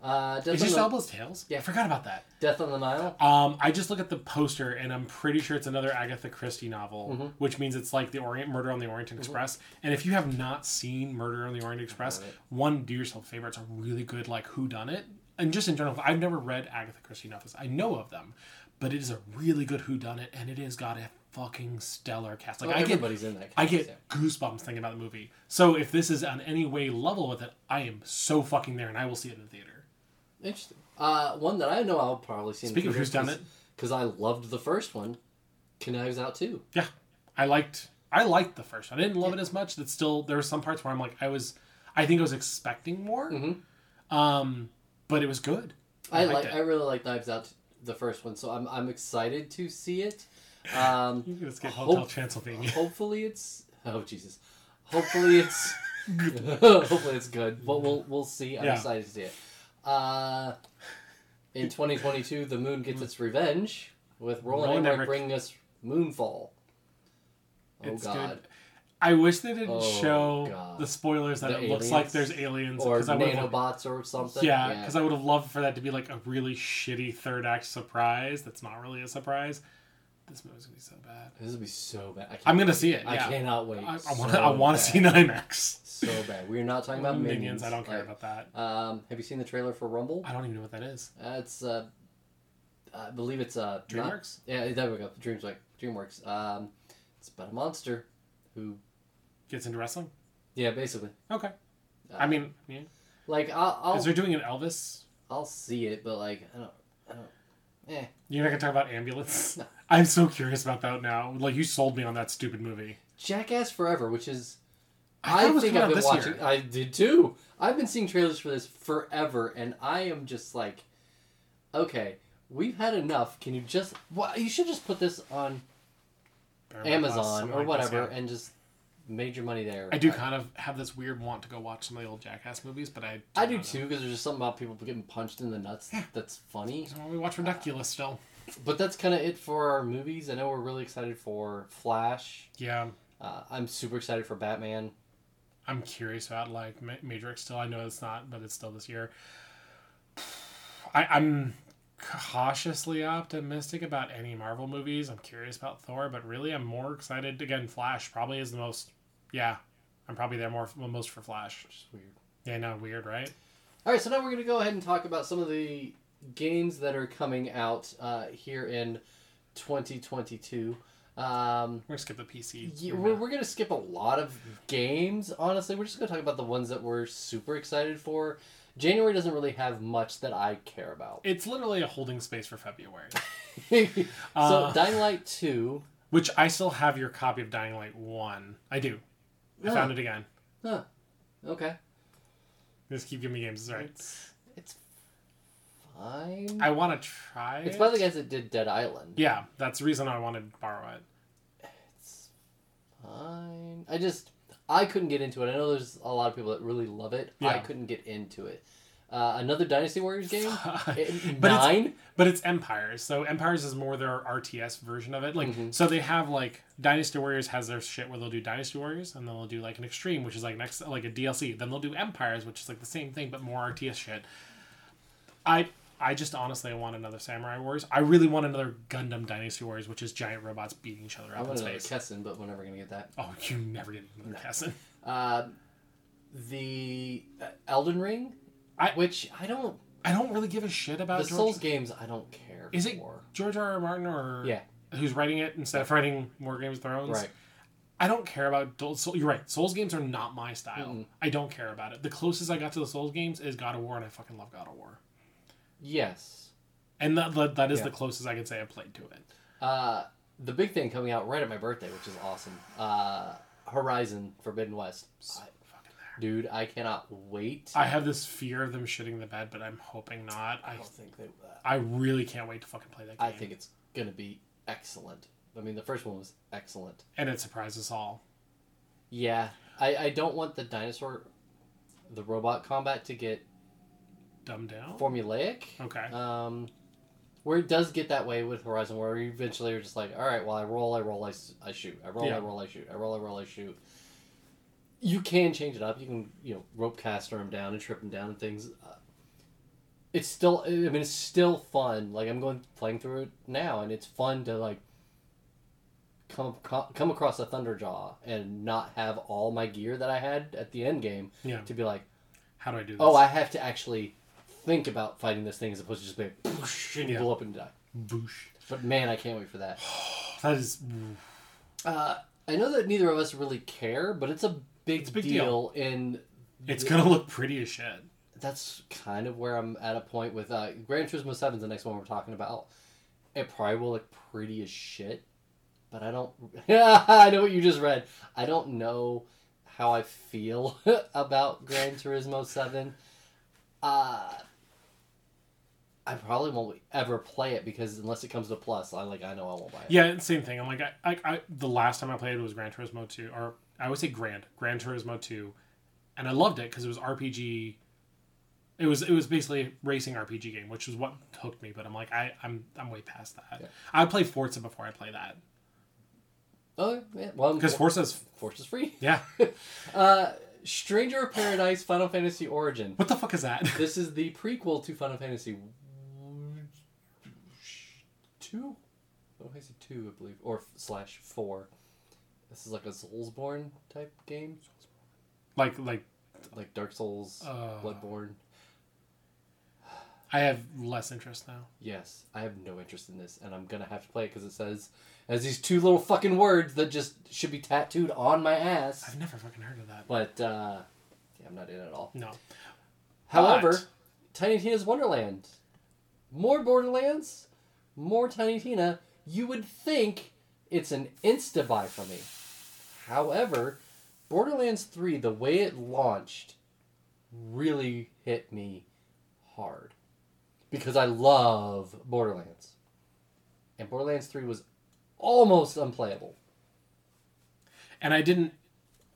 A: Uh, Death,
B: Is
A: on
B: this
A: the,
B: Elbow's Tales?
A: Yeah.
B: I forgot about that.
A: Death on the Nile.
B: Um, I just look at the poster and I'm pretty sure it's another Agatha Christie novel, which means it's like the Orient Murder on the Orient Express. And if you have not seen Murder on the Orient Express,
A: Alright.
B: one do yourself a favor. It's a really good like who done it. And just in general, I've never read Agatha Christie novels. I know of them, but it is a really good who done it, and it has got a fucking stellar cast. Like
A: Well,
B: I get,
A: everybody's in that.
B: I
A: cast,
B: get goosebumps thinking about the movie. So if this is on any way level with it, I am so fucking there, and I will see it in the theater.
A: yeah. interesting. Uh, one that I know I'll probably see.
B: Speaking of who's done it.
A: because I loved the first one, Knives Out too.
B: Yeah, I liked I liked the first. one. I didn't love it as much. That still there were some parts where I'm like I was I think I was expecting more. Um, but it was good.
A: I, like. I
B: it.
A: really like Knives Out, the first one. So I'm I'm excited to see
B: [SIGHS]
A: it. Um,
B: You can escape
A: Hope-
B: Hotel Transylvania.
A: hopefully it's oh Jesus, hopefully it's [LAUGHS] hopefully it's good. But we'll we'll see. I'm
B: Yeah.
A: excited to see it. Uh, in 2022, the moon gets its revenge with Roland
B: Roland
A: Emmerich
B: Emmerich.
A: bringing us Moonfall. Oh
B: It's
A: God!
B: good. I wish they didn't
A: Oh,
B: show
A: God.
B: the spoilers that
A: The
B: it looks like
A: aliens?
B: there's aliens
A: Or
B: I would have
A: nanobots or something.
B: yeah because I would have loved for that to be like a really shitty third act surprise. That's not really a surprise. This movie's gonna be so bad.
A: this would be so bad. I can't
B: I'm gonna see it.
A: I
B: yeah.
A: cannot wait.
B: I, I
A: so
B: want to. I want
A: bad.
B: to see it in IMAX.
A: So bad. We're not talking about minions.
B: minions. I don't care about that.
A: that. Um, have you seen the trailer for Rumble?
B: I don't even know what that is.
A: Uh, it's uh, I believe it's uh, not-
B: DreamWorks?
A: yeah, there we go. Dreams like DreamWorks. Um, it's about a monster who,
B: Gets into wrestling.
A: yeah, basically.
B: Okay.
A: Uh, oh.
B: I mean, yeah.
A: like I'll I'll,
B: Is they're doing an Elvis?
A: I'll see it, but like I don't, I don't. Eh,
B: You're not gonna talk about ambulance.
A: [LAUGHS] No.
B: I'm so curious about that now. Like you sold me on that stupid movie.
A: Jackass Forever, which is
B: thought
A: I,
B: it was
A: think I've been
B: coming out this
A: watching. uh,
B: year.
A: I did too. I've been seeing trailers for this forever, and I am just like, okay, we've had enough. Can you just? Well, you should just put this on
B: Paramount Plus,
A: Amazon
B: something
A: or
B: like this,
A: whatever,
B: yeah.
A: and just made your money there.
B: I do kind of have this weird want to go watch some of the old Jackass movies, but I
A: I do
B: don't know.
A: too, because there's just something about people getting punched in the nuts that's funny.
B: So we watch Ridiculous still.
A: But that's kind of it for our movies. I know we're really excited for Flash.
B: Yeah,
A: Uh, I'm super excited for Batman.
B: I'm curious about like Ma- Matrix still. I know it's not, but it's still this year. I, I'm cautiously optimistic about any Marvel movies. I'm curious about Thor, but really, I'm more excited again. Flash probably is the most. Yeah, I'm probably there more well, most for Flash.
A: Which is weird.
B: Yeah, no, weird, right?
A: All right, so now we're going to go ahead and talk about some of the games that are coming out uh, here in 2022. Um,
B: We're gonna skip the PC.
A: yeah, we're we're going to skip a lot of games, honestly. We're just going to talk about the ones that we're super excited for. January doesn't really have much that I care about. [LAUGHS]
B: It's literally a holding space for February,
A: so,
B: Uh,
A: Dying Light 2.
B: which I still have your copy of Dying Light One. I do. I
A: Yeah.
B: found it again.
A: Huh. Okay.
B: Just keep giving me games. It's all right.
A: It's, it's fine.
B: I want to try.
A: it's
B: it.
A: by the guys that did Dead Island.
B: Yeah, that's the reason I wanted to borrow it.
A: It's fine. I just I couldn't get into it. I know there's a lot of people that really love it. I
B: Yeah.
A: couldn't get into it. Uh, another Dynasty Warriors game. [LAUGHS] It-
B: [LAUGHS] But it's-
A: Nine.
B: But it's Empires, so Empires is more their RTS version of it. Like,
A: Mm-hmm.
B: so they have like Dynasty Warriors has their shit where they'll do Dynasty Warriors, and then they'll do like an Extreme, which is like next like a DLC. Then they'll do Empires, which is like the same thing but more RTS shit. I I just honestly want another Samurai Warriors. I really want another Gundam Dynasty Warriors, which is giant robots beating each other
A: I
B: up in
A: want another
B: space.
A: Kessin, but we're never gonna get that.
B: Oh, you never get another Kessin.
A: Uh, the uh, Elden Ring,
B: I-
A: which I don't.
B: I don't really give a shit about
A: The
B: George.
A: Souls games, I don't care.
B: is it
A: for.
B: George R. R. Martin or
A: Yeah.
B: who's writing it instead of writing more Games of Thrones?
A: Right.
B: I don't care about Dol- Soul. You're right. Souls games are not my style. I don't care about it. The closest I got to the Souls games is God of War, and I fucking love God of War.
A: Yes.
B: And that that, that is
A: Yeah.
B: the closest I can say I played to it.
A: Uh, the big thing coming out right at my birthday, which is awesome. Uh, Horizon Forbidden West. I,
B: Fucking there.
A: dude, I cannot wait.
B: I have this fear of them shitting the bed, but I'm hoping not.
A: I
B: I
A: don't think they. uh,
B: I really can't wait to fucking play that game.
A: I think it's gonna be excellent. I mean, the first one was excellent.
B: and it surprises us all.
A: Yeah, I, I don't want the dinosaur, the robot combat to get
B: Dumbed down.
A: formulaic.
B: Okay.
A: Um, where it does get that way with Horizon, where you eventually are just like, all right, well, I roll, I roll, I, s- I shoot, I roll, I
B: Yeah.
A: roll, I shoot, I roll, I roll, I shoot. You can change it up. You can you know rope caster him down and trip him down and things. Uh, it's still I mean it's still fun. Like I'm going playing through it now, and it's fun to like come co- come across a Thunderjaw and not have all my gear that I had at the end game
B: Yeah.
A: to be like,
B: How do I do this?
A: oh, I have to actually think about fighting this thing as opposed to just being "Poosh," and you
B: Yeah.
A: blow up and die.
B: Boosh.
A: But man, I can't wait for that.
B: That is.
A: Uh, I know that neither of us really care, but it's a big,
B: a big
A: deal, and
B: It's gonna look pretty as shit.
A: that's kind of where I'm at a point with uh, Gran Turismo 7 is the next one we're talking about. It probably will look pretty as shit, but I don't. [LAUGHS] I know what you just read. I don't know how I feel [LAUGHS] about Gran Turismo 7. Uh, I probably won't ever play it because unless it comes to Plus, I like I know I won't buy it.
B: Yeah, and same thing. I'm like, I, I, I, the last time I played was Gran Turismo 2, or I always say Grand, Gran Turismo 2, and I loved it because it was RPG. It was it was basically a racing RPG game, which is what hooked me. But I'm like, I, I'm I'm way past that. I play Forza before I play that
A: Oh yeah, well,
B: because Forza's
A: Force is free.
B: yeah. [LAUGHS]
A: Uh, Stranger of Paradise, Final Fantasy Origin.
B: What the fuck is that? [LAUGHS]
A: This is the prequel to Final Fantasy two. Final Fantasy two, I believe, or slash four. This is like a Soulsborne type game,
B: like like
A: like Dark Souls,
B: Uh.
A: Bloodborne.
B: I have less interest now.
A: Yes, I have no interest in this, and I'm gonna have to play it because it says has these two little fucking words that just should be tattooed on my ass.
B: I've never fucking heard of that.
A: But uh, yeah, I'm not in it at all.
B: No,
A: However,
B: But-
A: Tiny Tina's Wonderland. More Borderlands, more Tiny Tina. You would think it's an insta buy for me. However, Borderlands 3, the way it launched, really hit me hard. Because I love Borderlands. And Borderlands 3 was almost unplayable.
B: and I didn't.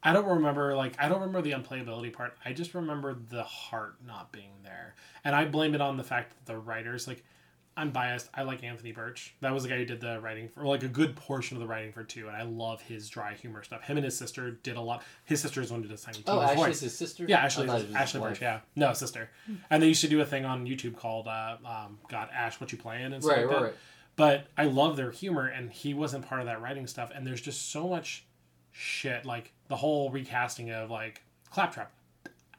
B: I don't remember like I don't remember the unplayability part. I just remember the heart not being there, and I blame it on the fact that the writers like. I'm biased. I like Anthony Birch. That was the guy who did the writing for like a good portion of the writing for two, and I love his dry humor stuff. Him and his sister did a lot. His sister is one who does Tiny
A: Oh,
B: Tina's
A: Ashley's
B: voice.
A: his sister?
B: Yeah,
A: I
B: Ashley,
A: thought it was his
B: Ashley
A: wife.
B: Birch. Yeah, no sister. And they used to do a thing on YouTube called uh, um, "God Ash, what you playing?" and stuff
A: Right,
B: like that.
A: right, right.
B: But I love their humor, and he wasn't part of that writing stuff. And there's just so much shit, like the whole recasting of like Claptrap.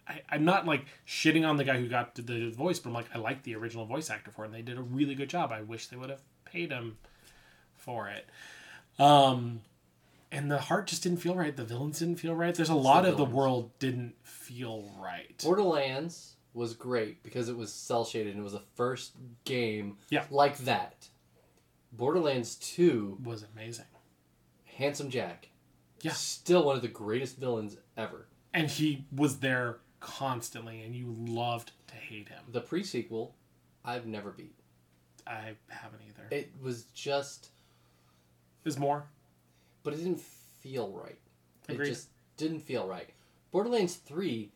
B: I, I'm not like shitting on the guy who got the, the voice, but I'm like I like the original voice actor for it, and they did a really good job. I wish they would have paid him for it. Um, and the heart just didn't feel right. The villains didn't feel right. There's a lot of the
A: villains.
B: world didn't feel right.
A: Borderlands was great because it was cell shaded and it was the first game
B: Yeah.
A: like that. Borderlands 2,
B: Was amazing,
A: Handsome Jack.
B: Yeah.
A: Still one of the greatest villains ever.
B: and he was there constantly, and you loved to hate him.
A: The pre sequel, I've never beat.
B: I haven't either.
A: It was just,
B: There's more.
A: but it didn't feel right.
B: Agreed.
A: It just didn't feel right. Borderlands 3,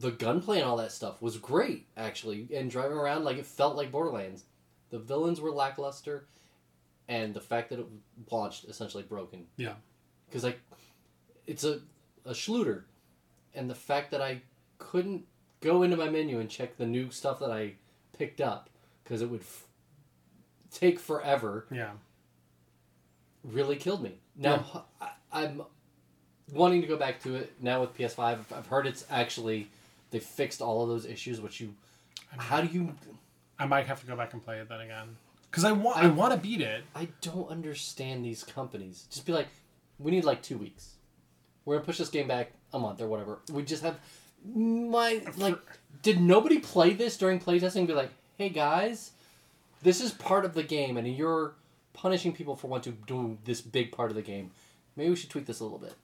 A: the gunplay and all that stuff was great, actually, and driving around, like, it felt like Borderlands. The villains were lackluster, and the fact that it launched essentially broken
B: Yeah.
A: because like it's a a Schluter, and the fact that I couldn't go into my menu and check the new stuff that I picked up because it would f- take forever
B: Yeah.
A: really killed me. Now I, I'm wanting to go back to it now with PS5. I've- I've heard it's actually they fixed all of those issues. Which you, how do you?
B: I might have to go back and play it then again. Because I want I, want to beat it.
A: I don't understand these companies. Just be like, we need like two weeks. We're gonna push this game back a month or whatever. We just have my like. Did nobody play this during playtesting? and Be like, hey guys, this is part of the game, and you're punishing people for wanting to do this big part of the game. Maybe we should tweak this a little bit.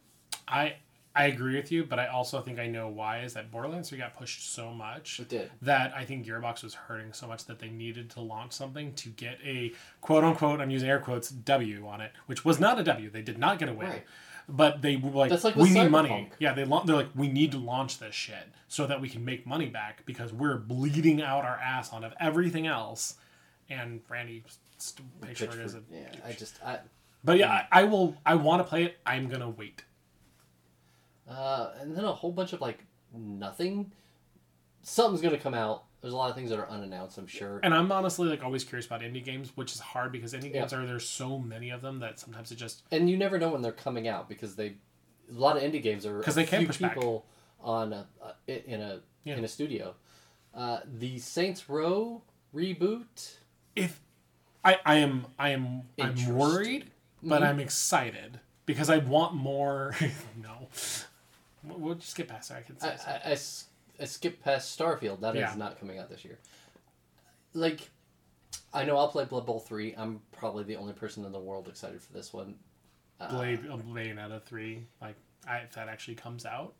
B: I I agree with you, but I also think I know why is that Borderlands 3 got pushed so much
A: It did.
B: that I think Gearbox was hurting so much that they needed to launch something to get a quote unquote I'm using air quotes W on it, which was not a W. They did not get a win.
A: Right.
B: But they were like,
A: That's like
B: we
A: with
B: need
A: Cyberpunk.
B: money. Yeah, they la- they're like, we need to launch this shit so that we can make money back because we're bleeding out our ass on of everything else. And Randy st- Pitchford is a
A: Pitchford, yeah, I just I.
B: But yeah, I, I will. I want to play it. I'm gonna wait.
A: Uh, and then a whole bunch of like nothing. Something's gonna come out There's a lot of things that are unannounced, I'm sure.
B: And I'm honestly like always curious about indie games, which is hard because indie games are there's so many of them that sometimes it just
A: And you never know when they're coming out because they, a lot of indie games are
B: 'Cause
A: a
B: they can
A: few
B: push back.
A: people on a, a, in a
B: Yeah.
A: in a studio. Uh, the Saints Row reboot.
B: if I I am I am I'm
A: Interesting.
B: worried,
A: Mm-hmm.
B: but I'm excited because I want more. [LAUGHS] no, we'll, we'll just get past that. I can
A: I,
B: say so.
A: I, I s- I skipped past Starfield. That is
B: Yeah.
A: not coming out this year. Like, I know I'll play Blood Bowl 3. I'm probably the only person in the world excited for this one.
B: Blade uh, Bayonetta three. Like I, if that actually comes out,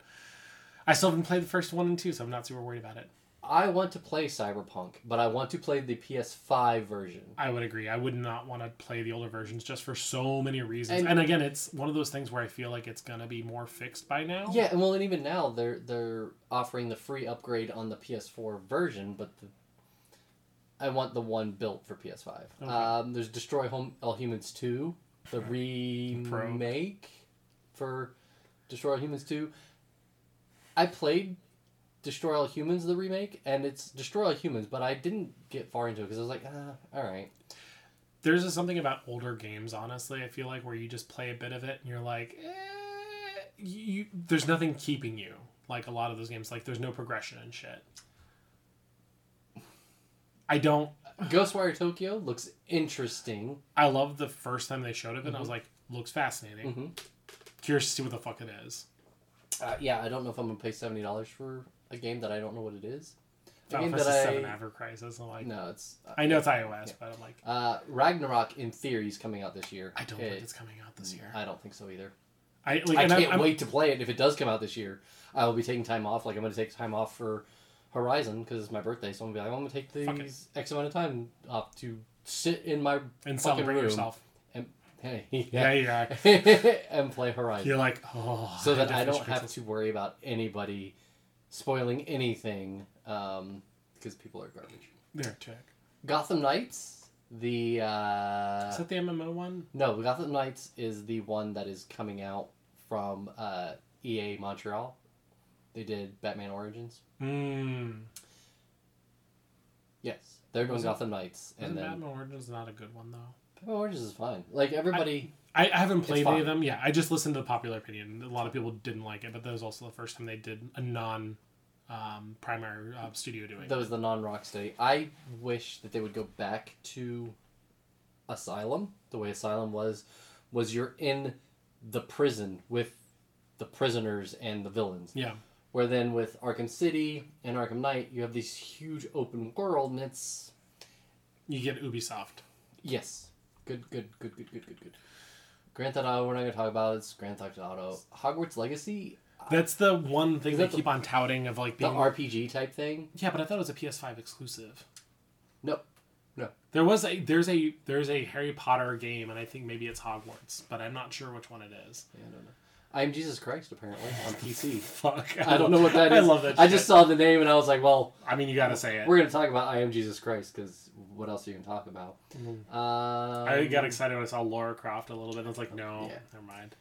B: I still haven't played the first one and two, so I'm not super worried about it.
A: I want to play Cyberpunk, but I want to play the PS5 version.
B: I would agree. I would not want to play the older versions just for so many reasons.
A: And-
B: And, again, it's one of those things where I feel like it's gonna be more fixed by now.
A: Yeah, and well, and even now they're they're offering the free upgrade on the PS4 version, but the, I want the one built for PS5.
B: Okay.
A: Um, there's Destroy Home All Humans 2, the remake for Destroy All Humans 2. I played Destroy All Humans the remake, and it's Destroy All Humans, but I didn't get far into it because I was like, ah, all right.
B: There's just something about older games, honestly. I feel like where you just play a bit of it and you're like, eh, you. There's nothing keeping you. Like a lot of those games, like there's no progression and shit. I don't.
A: Ghostwire Tokyo looks interesting.
B: I love the first time they showed it, and I was
A: Mm-hmm.
B: like, looks fascinating. Curious to see what the fuck it is.
A: Uh, yeah, I don't know if I'm gonna pay seventy dollars for a game that I don't know what it is. A
B: Final
A: game
B: Fantasy
A: that
B: Oh, Seven
A: I
B: Ever Crisis. I'm like,
A: no, it's uh,
B: I know it's iOS, but I'm like,
A: uh, Ragnarok in theory is coming out this year.
B: I don't
A: It- Mm,
B: think it's coming out this year.
A: I don't think so either.
B: I, like,
A: I
B: and
A: can't
B: I'm,
A: wait to play it. If it does come out this year, I will be taking time off. Like I'm gonna take time off for Horizon because it's my birthday. So I'm gonna be like, I'm gonna take
B: Fuck it.
A: these X amount of time off to sit in my
B: and
A: fucking
B: celebrate
A: room
B: yourself.
A: and hey yeah,
B: Yeah, you are.
A: [LAUGHS] and play Horizon.
B: You're like, oh,
A: so that
B: did
A: I
B: finish
A: don't have
B: Crisis.
A: to worry about anybody spoiling anything um, because people are garbage.
B: There, check.
A: Gotham Knights, the uh,
B: Is that the MMO one?
A: no, Gotham Knights is the one that is coming out from uh, EA Montreal. They did Batman Origins.
B: Mm.
A: Yes, they're doing
B: Wasn't-
A: Gotham Knights, and
B: Isn't
A: then
B: Batman Origins not a good one though?
A: Batman Origins is fine. Like everybody,
B: I, I haven't played any
A: fine.
B: of them. Yeah, I just listened to the popular opinion. A lot of people didn't like it, but that was also the first time they did a non um, primary uh, studio doing.
A: that was the non Rocksteady. I wish that they would go back to Asylum, the way Asylum was, was you're in the prison with the prisoners and the villains.
B: yeah,
A: Where then with Arkham City and Arkham Knight, you have these huge open world, and it's
B: you get Ubisoft.
A: yes, good, good, good, good, good, good, good. Grand Theft Auto, we're not going to talk about it. It's Grand Theft Auto, Hogwarts Legacy,
B: That's the one
A: Uh,
B: thing
A: Is
B: they
A: that the-
B: keep on touting of like
A: the
B: being.
A: RPG type thing.
B: yeah, but I thought it was a PS5 exclusive.
A: No, no,
B: There was a there's a there's a Harry Potter game, and I think maybe it's Hogwarts, but I'm not sure which one it is.
A: yeah, I don't know. I'm Jesus Christ apparently on PC. [LAUGHS]
B: Fuck,
A: I don't know what that is.
B: [LAUGHS] I love that.
A: I
B: shit.
A: just saw the name and I was like, well,
B: I mean, you gotta say it.
A: we're going to talk about I Am Jesus Christ because what else are you going to talk about? Um,
B: Mm-hmm. I got excited when I saw Laura Croft a little bit. and I was like, no,
A: Yeah.
B: never mind.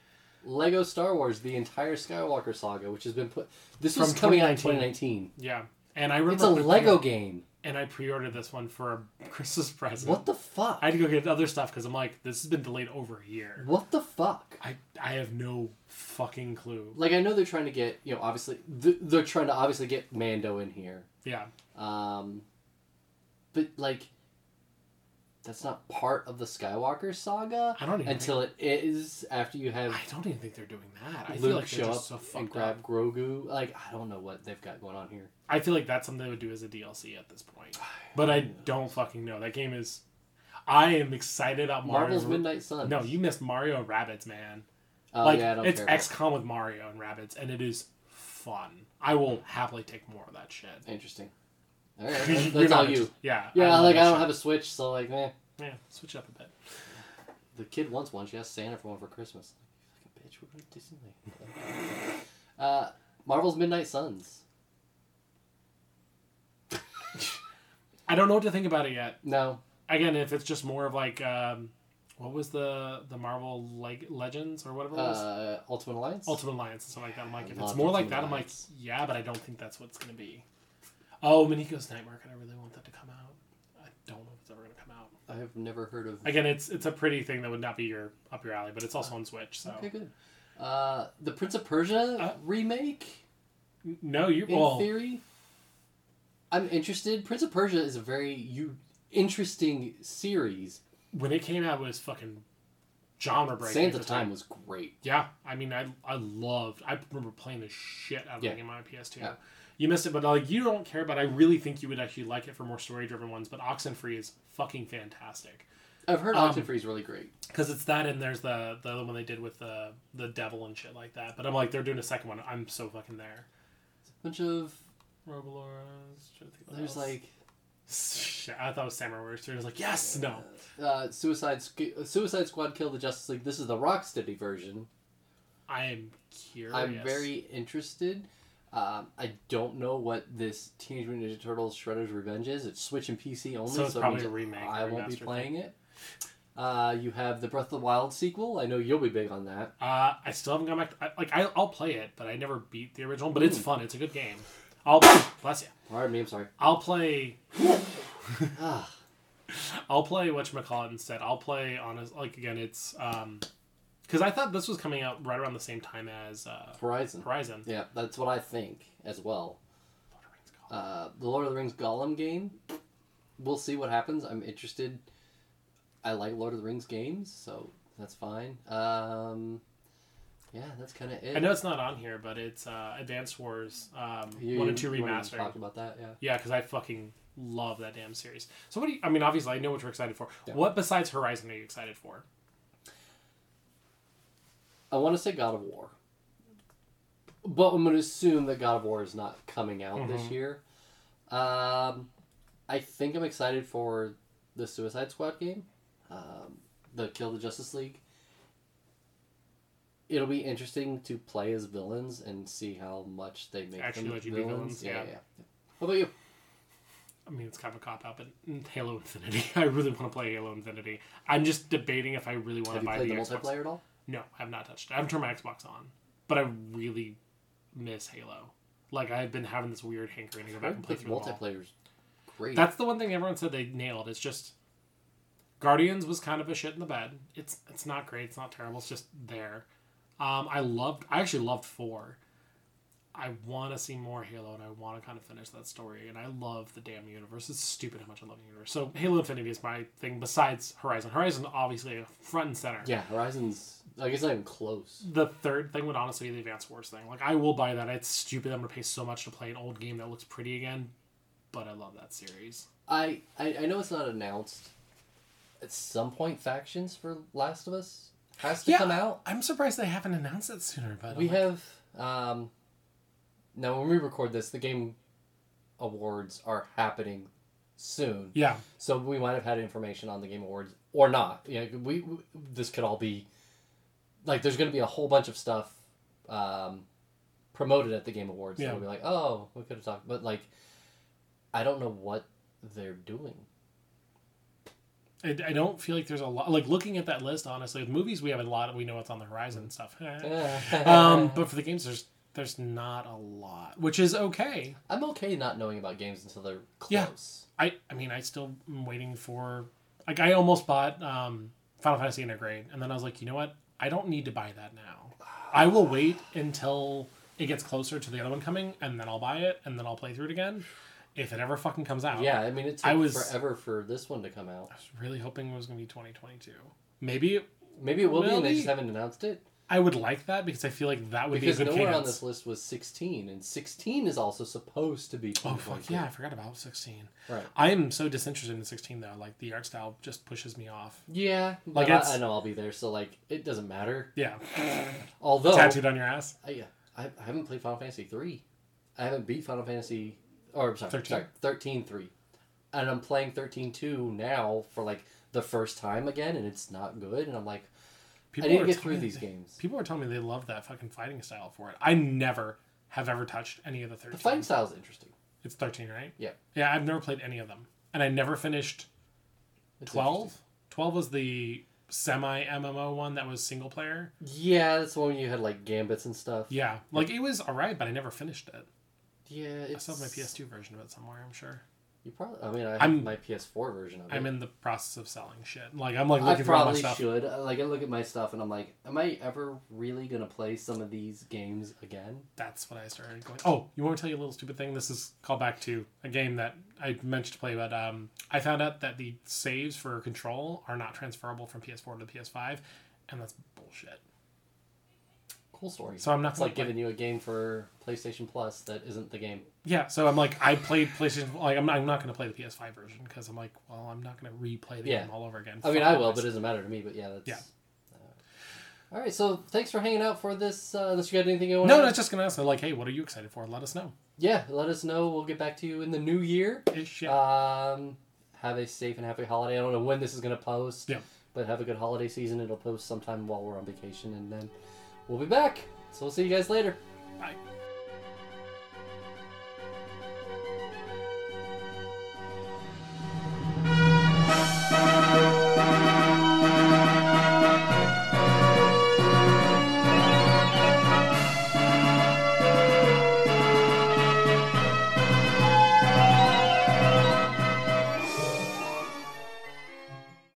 A: Lego Star Wars, the entire Skywalker saga, which has been put. This
B: From
A: was coming out in
B: 2019.
A: 2019.
B: Yeah, and I remember
A: It's a
B: when it
A: Lego
B: came out-
A: game.
B: and I pre-ordered this one for a [LAUGHS] Christmas present.
A: What the fuck?
B: I had to go get other stuff because I'm like, this has been delayed over a year.
A: what the fuck?
B: I I have no fucking clue.
A: Like, I know they're trying to get, you know, obviously, th- they're trying to obviously get Mando in here.
B: Yeah,
A: Um, but, like, that's not part of the Skywalker saga
B: I don't even
A: until it is after you have
B: I don't even think they're doing that. I feel
A: Luke
B: like they're
A: show up
B: just so
A: and
B: fucked up.
A: grab Grogu. Like I don't know what they've got going on here.
B: I feel like that's something they would do as a DLC at this
A: [SIGHS]
B: point. But I don't fucking know. That game is. I am excited about Mario.
A: Marvel's Midnight Sun.
B: No, you missed Mario Rabbits, man.
A: Oh
B: like
A: yeah, I don't
B: it's
A: care.
B: XCOM with Mario and rabbits, and it is fun. I will happily take more of that shit. [LAUGHS]
A: Interesting. All right, that's, that's
B: not
A: all you.
B: inter- Yeah.
A: Yeah,
B: love
A: like
B: that
A: I don't have a Switch, so like, man,
B: shit. Yeah, switch up a bit.
A: the kid wants one. She asked Santa for one for Christmas. Like, you fucking bitch, we're at Disneyland. [LAUGHS] uh, Marvel's Midnight Suns.
B: I don't know what to think about it yet.
A: No,
B: Again, if it's just more of like, um, what was the the Marvel Leg- Legends or whatever it was,
A: uh, Ultimate Alliance.
B: Ultimate Alliance and stuff like that. I'm like, if it's
A: love
B: more like
A: Ultimate
B: that, I'm like,
A: Alliance.
B: yeah, but I don't think that's what's gonna be. Oh, Miniko's Night Market. I really want that to come out. I don't know if it's ever going to come out.
A: I have never heard of.
B: Again, it's it's a pretty thing that would not be your up your alley, but it's also on Switch. So
A: Uh, Okay, good. Uh, the Prince of Persia
B: Uh,
A: remake.
B: N- no, you
A: in
B: well
A: theory. I'm interested. Prince of Persia is a very you interesting series.
B: when it came out it was fucking genre breaking.
A: Sands of Time was great.
B: Yeah, I mean, I I loved. I remember playing the shit out of
A: Yeah.
B: it in my PS2.
A: Yeah.
B: You missed it, but like you don't care. But I really think you would actually like it for more story-driven ones. But Oxenfree is fucking fantastic
A: I've heard
B: Um,
A: Oxenfree is really great.
B: because it's that, and there's the the other one they did with the the devil and shit like that. But I'm like, they're doing a second one. I'm so fucking there.
A: Bunch of
B: Robloras. trying to think what
A: there's
B: else.
A: like
B: Shit, I thought it was Samurai Warriors. three. I was like, yes, no.
A: uh, Suicide Squ- uh, Suicide Squad killed the Justice League. This is the Rocksteady version.
B: I am curious.
A: I'm very interested. Um, I don't know what this Teenage Mutant Ninja Turtles Shredder's Revenge is. It's Switch and PC only,
B: So
A: so,
B: it's
A: it
B: probably
A: means
B: a remake
A: I
B: or
A: won't be
B: remaster
A: playing it. Uh, you have the Breath of the Wild sequel. I know you'll be big on that.
B: Uh, I still haven't gone back. To, I, like I, I'll play it, but I never beat the original. But it's
A: Mm.
B: fun. It's a good game. I'll [COUGHS] bless you.
A: Pardon me, I'm sorry.
B: I'll play.
A: Ah.
B: I'll play what call it instead. I'll play on a, like again. It's um, because I thought this was coming out right around the same time as uh,
A: Horizon.
B: Horizon.
A: Yeah, that's what I think as well.
B: Lord of the Rings Golem.
A: Uh, the Lord of the Rings Gollum game. We'll see what happens. I'm interested. I like Lord of the Rings games, so that's fine. Um, yeah, that's kind of it.
B: I know it's not on here, but it's uh, Advanced Wars um,
A: You-
B: one and two
A: you wanna
B: remastered.
A: Talk about that, yeah.
B: Yeah, because I fucking love that damn series. So what do you? I mean, obviously, I know what you're excited for.
A: Yeah.
B: What besides Horizon are you excited for?
A: I want to say God of War, but I'm going to assume that God of War is not coming out this
B: Mhm.
A: year. Um, I think I'm excited for the Suicide Squad game, um, the Kill the Justice League. It'll be interesting to play as villains and see how much they make
B: Actually
A: them
B: let you be
A: villains.
B: villains, yeah.
A: What about you?
B: I mean, it's kind of a cop out, but in Halo Infinity. [LAUGHS] I really want to play Halo Infinity. I'm just debating if I really
A: Have
B: want to
A: you
B: buy
A: played
B: the,
A: the
B: Xbox.
A: multiplayer at all?
B: No, I have not touched it. I haven't turned my Xbox on, but I really miss Halo. Like I've been having this weird hankering to go back and play
A: The
B: through them all.
A: multiplayer's great.
B: That's the one thing everyone said they nailed. It's just Guardians was kind of a shit in the bed. It's it's not great. It's not terrible. It's just there. Um, I loved. I actually loved four. I want to see more Halo, and I want to kind of finish that story. And I love the damn universe. It's stupid how much I love the universe. So Halo Infinity is my thing. Besides Horizon, Horizon obviously front and center
A: yeah, Horizon's. I guess not even close.
B: the third thing would honestly be the Advanced Wars thing. Like, I will buy that. It's stupid. I'm gonna pay so much to play an old game that looks pretty again, but I love that series.
A: I, I I know it's not announced. At some point, factions for Last of Us has to
B: Yeah.
A: come out.
B: I'm surprised they haven't announced it sooner. But
A: We have um, now when we record this, the game awards are happening soon,
B: yeah,
A: so we might have had information on the game awards or not. Yeah, we, we this could all be like there's going to be a whole bunch of stuff um, promoted at the game awards. Yeah,
B: Yeah.
A: we'll be like, oh, we could have talked, but like, I don't know what they're doing.
B: I, I don't feel like there's a lot. Like looking at that list, honestly, with movies, we have a lot. We know what's on the horizon and stuff. Eh. [LAUGHS] um, but for the games, there's there's not a lot, which is okay.
A: I'm okay not knowing about games until they're
B: Yeah.
A: close.
B: I I mean, I still am waiting for like I almost bought um, Final Fantasy Integrate, and then I was like, you know what? I don't need to buy that now. I will wait until it gets closer to the other one coming, and then I'll buy it, and then I'll play through it again, if it ever fucking comes out.
A: Yeah, I mean it took
B: I was-
A: forever for this one to come out.
B: I was really hoping it was gonna be 2022. Maybe it-
A: Maybe it will be, and they
B: Really?
A: just haven't announced it
B: I would like that because I feel like that would
A: because
B: be a good
A: nowhere
B: cadence.
A: on this list was 16, and 16 is also supposed to be.
B: Oh fuck
A: 2022.
B: yeah! I forgot about 16.
A: Right.
B: I am so disinterested in 16 though. Like the art style just pushes me off.
A: Yeah,
B: Like,
A: like I,
B: it's-
A: I know I'll be there, so like it doesn't matter.
B: Yeah,
A: Although
B: tattooed on your ass.
A: Oh. I, yeah, I, I haven't played Final Fantasy three, I haven't beat Final Fantasy or I'm sorry,
B: 13.
A: sorry, 13 3. and I'm playing 13 2 now for like the first time again, and it's not good, and I'm like, I need
B: are
A: to get through
B: telling-
A: these games.
B: People were telling me they love that fucking fighting style for it. I never have ever touched any of the
A: The
B: 13.
A: fighting style is interesting.
B: It's 13, right?
A: Yeah.
B: Yeah, I've never played any of them. And I never finished
A: It's
B: 12. 12 was the semi MMO one that was single player.
A: interesting. Yeah, that's the one you had like gambits and stuff.
B: Yeah. Like it was all right, but I never finished it.
A: Yeah,
B: I
A: it's
B: still have my PS2 version of it somewhere. I'm sure.
A: You probably. I mean, I have
B: I'm-
A: my PS4 version of it.
B: I'm in the process of selling shit. Like I'm like
A: I
B: looking through all my
A: probably
B: stuff.
A: should. Uh, Like, I look at my stuff and I'm like, am I ever really gonna play some of these games again?
B: That's what I started going. Oh, you want to tell you a little stupid thing? This is called back to a game that I meant to play, but um, I found out that the saves for Control are not transferable from PS4 to PS5, and that's bullshit.
A: Cool story.
B: So I'm not
A: It's
B: gonna
A: like
B: play-
A: giving you a game for PlayStation Plus that isn't the game.
B: Yeah, so I'm like, I played PlayStation. Like, I'm not, I'm not going to play the PS5 version because I'm like, well, I'm not going to replay the
A: Yeah.
B: game all over again.
A: I mean,
B: Fuck
A: I will,
B: this.
A: but it doesn't matter to me. But yeah, that's.
B: Yeah.
A: Uh, all right, so thanks for hanging out for this. Uh, unless you got anything going
B: no,
A: on?
B: no, it's just going to ask. Like, hey, what are you excited for? Let us know.
A: Yeah, let us know. We'll get back to you in the new year.
B: Ish, yeah.
A: Um, have a safe and happy holiday. I don't know when this is going to post,
B: Yeah.
A: but have a good holiday season. It'll post sometime while we're on vacation, and then we'll be back. So we'll see you guys later.
B: Bye.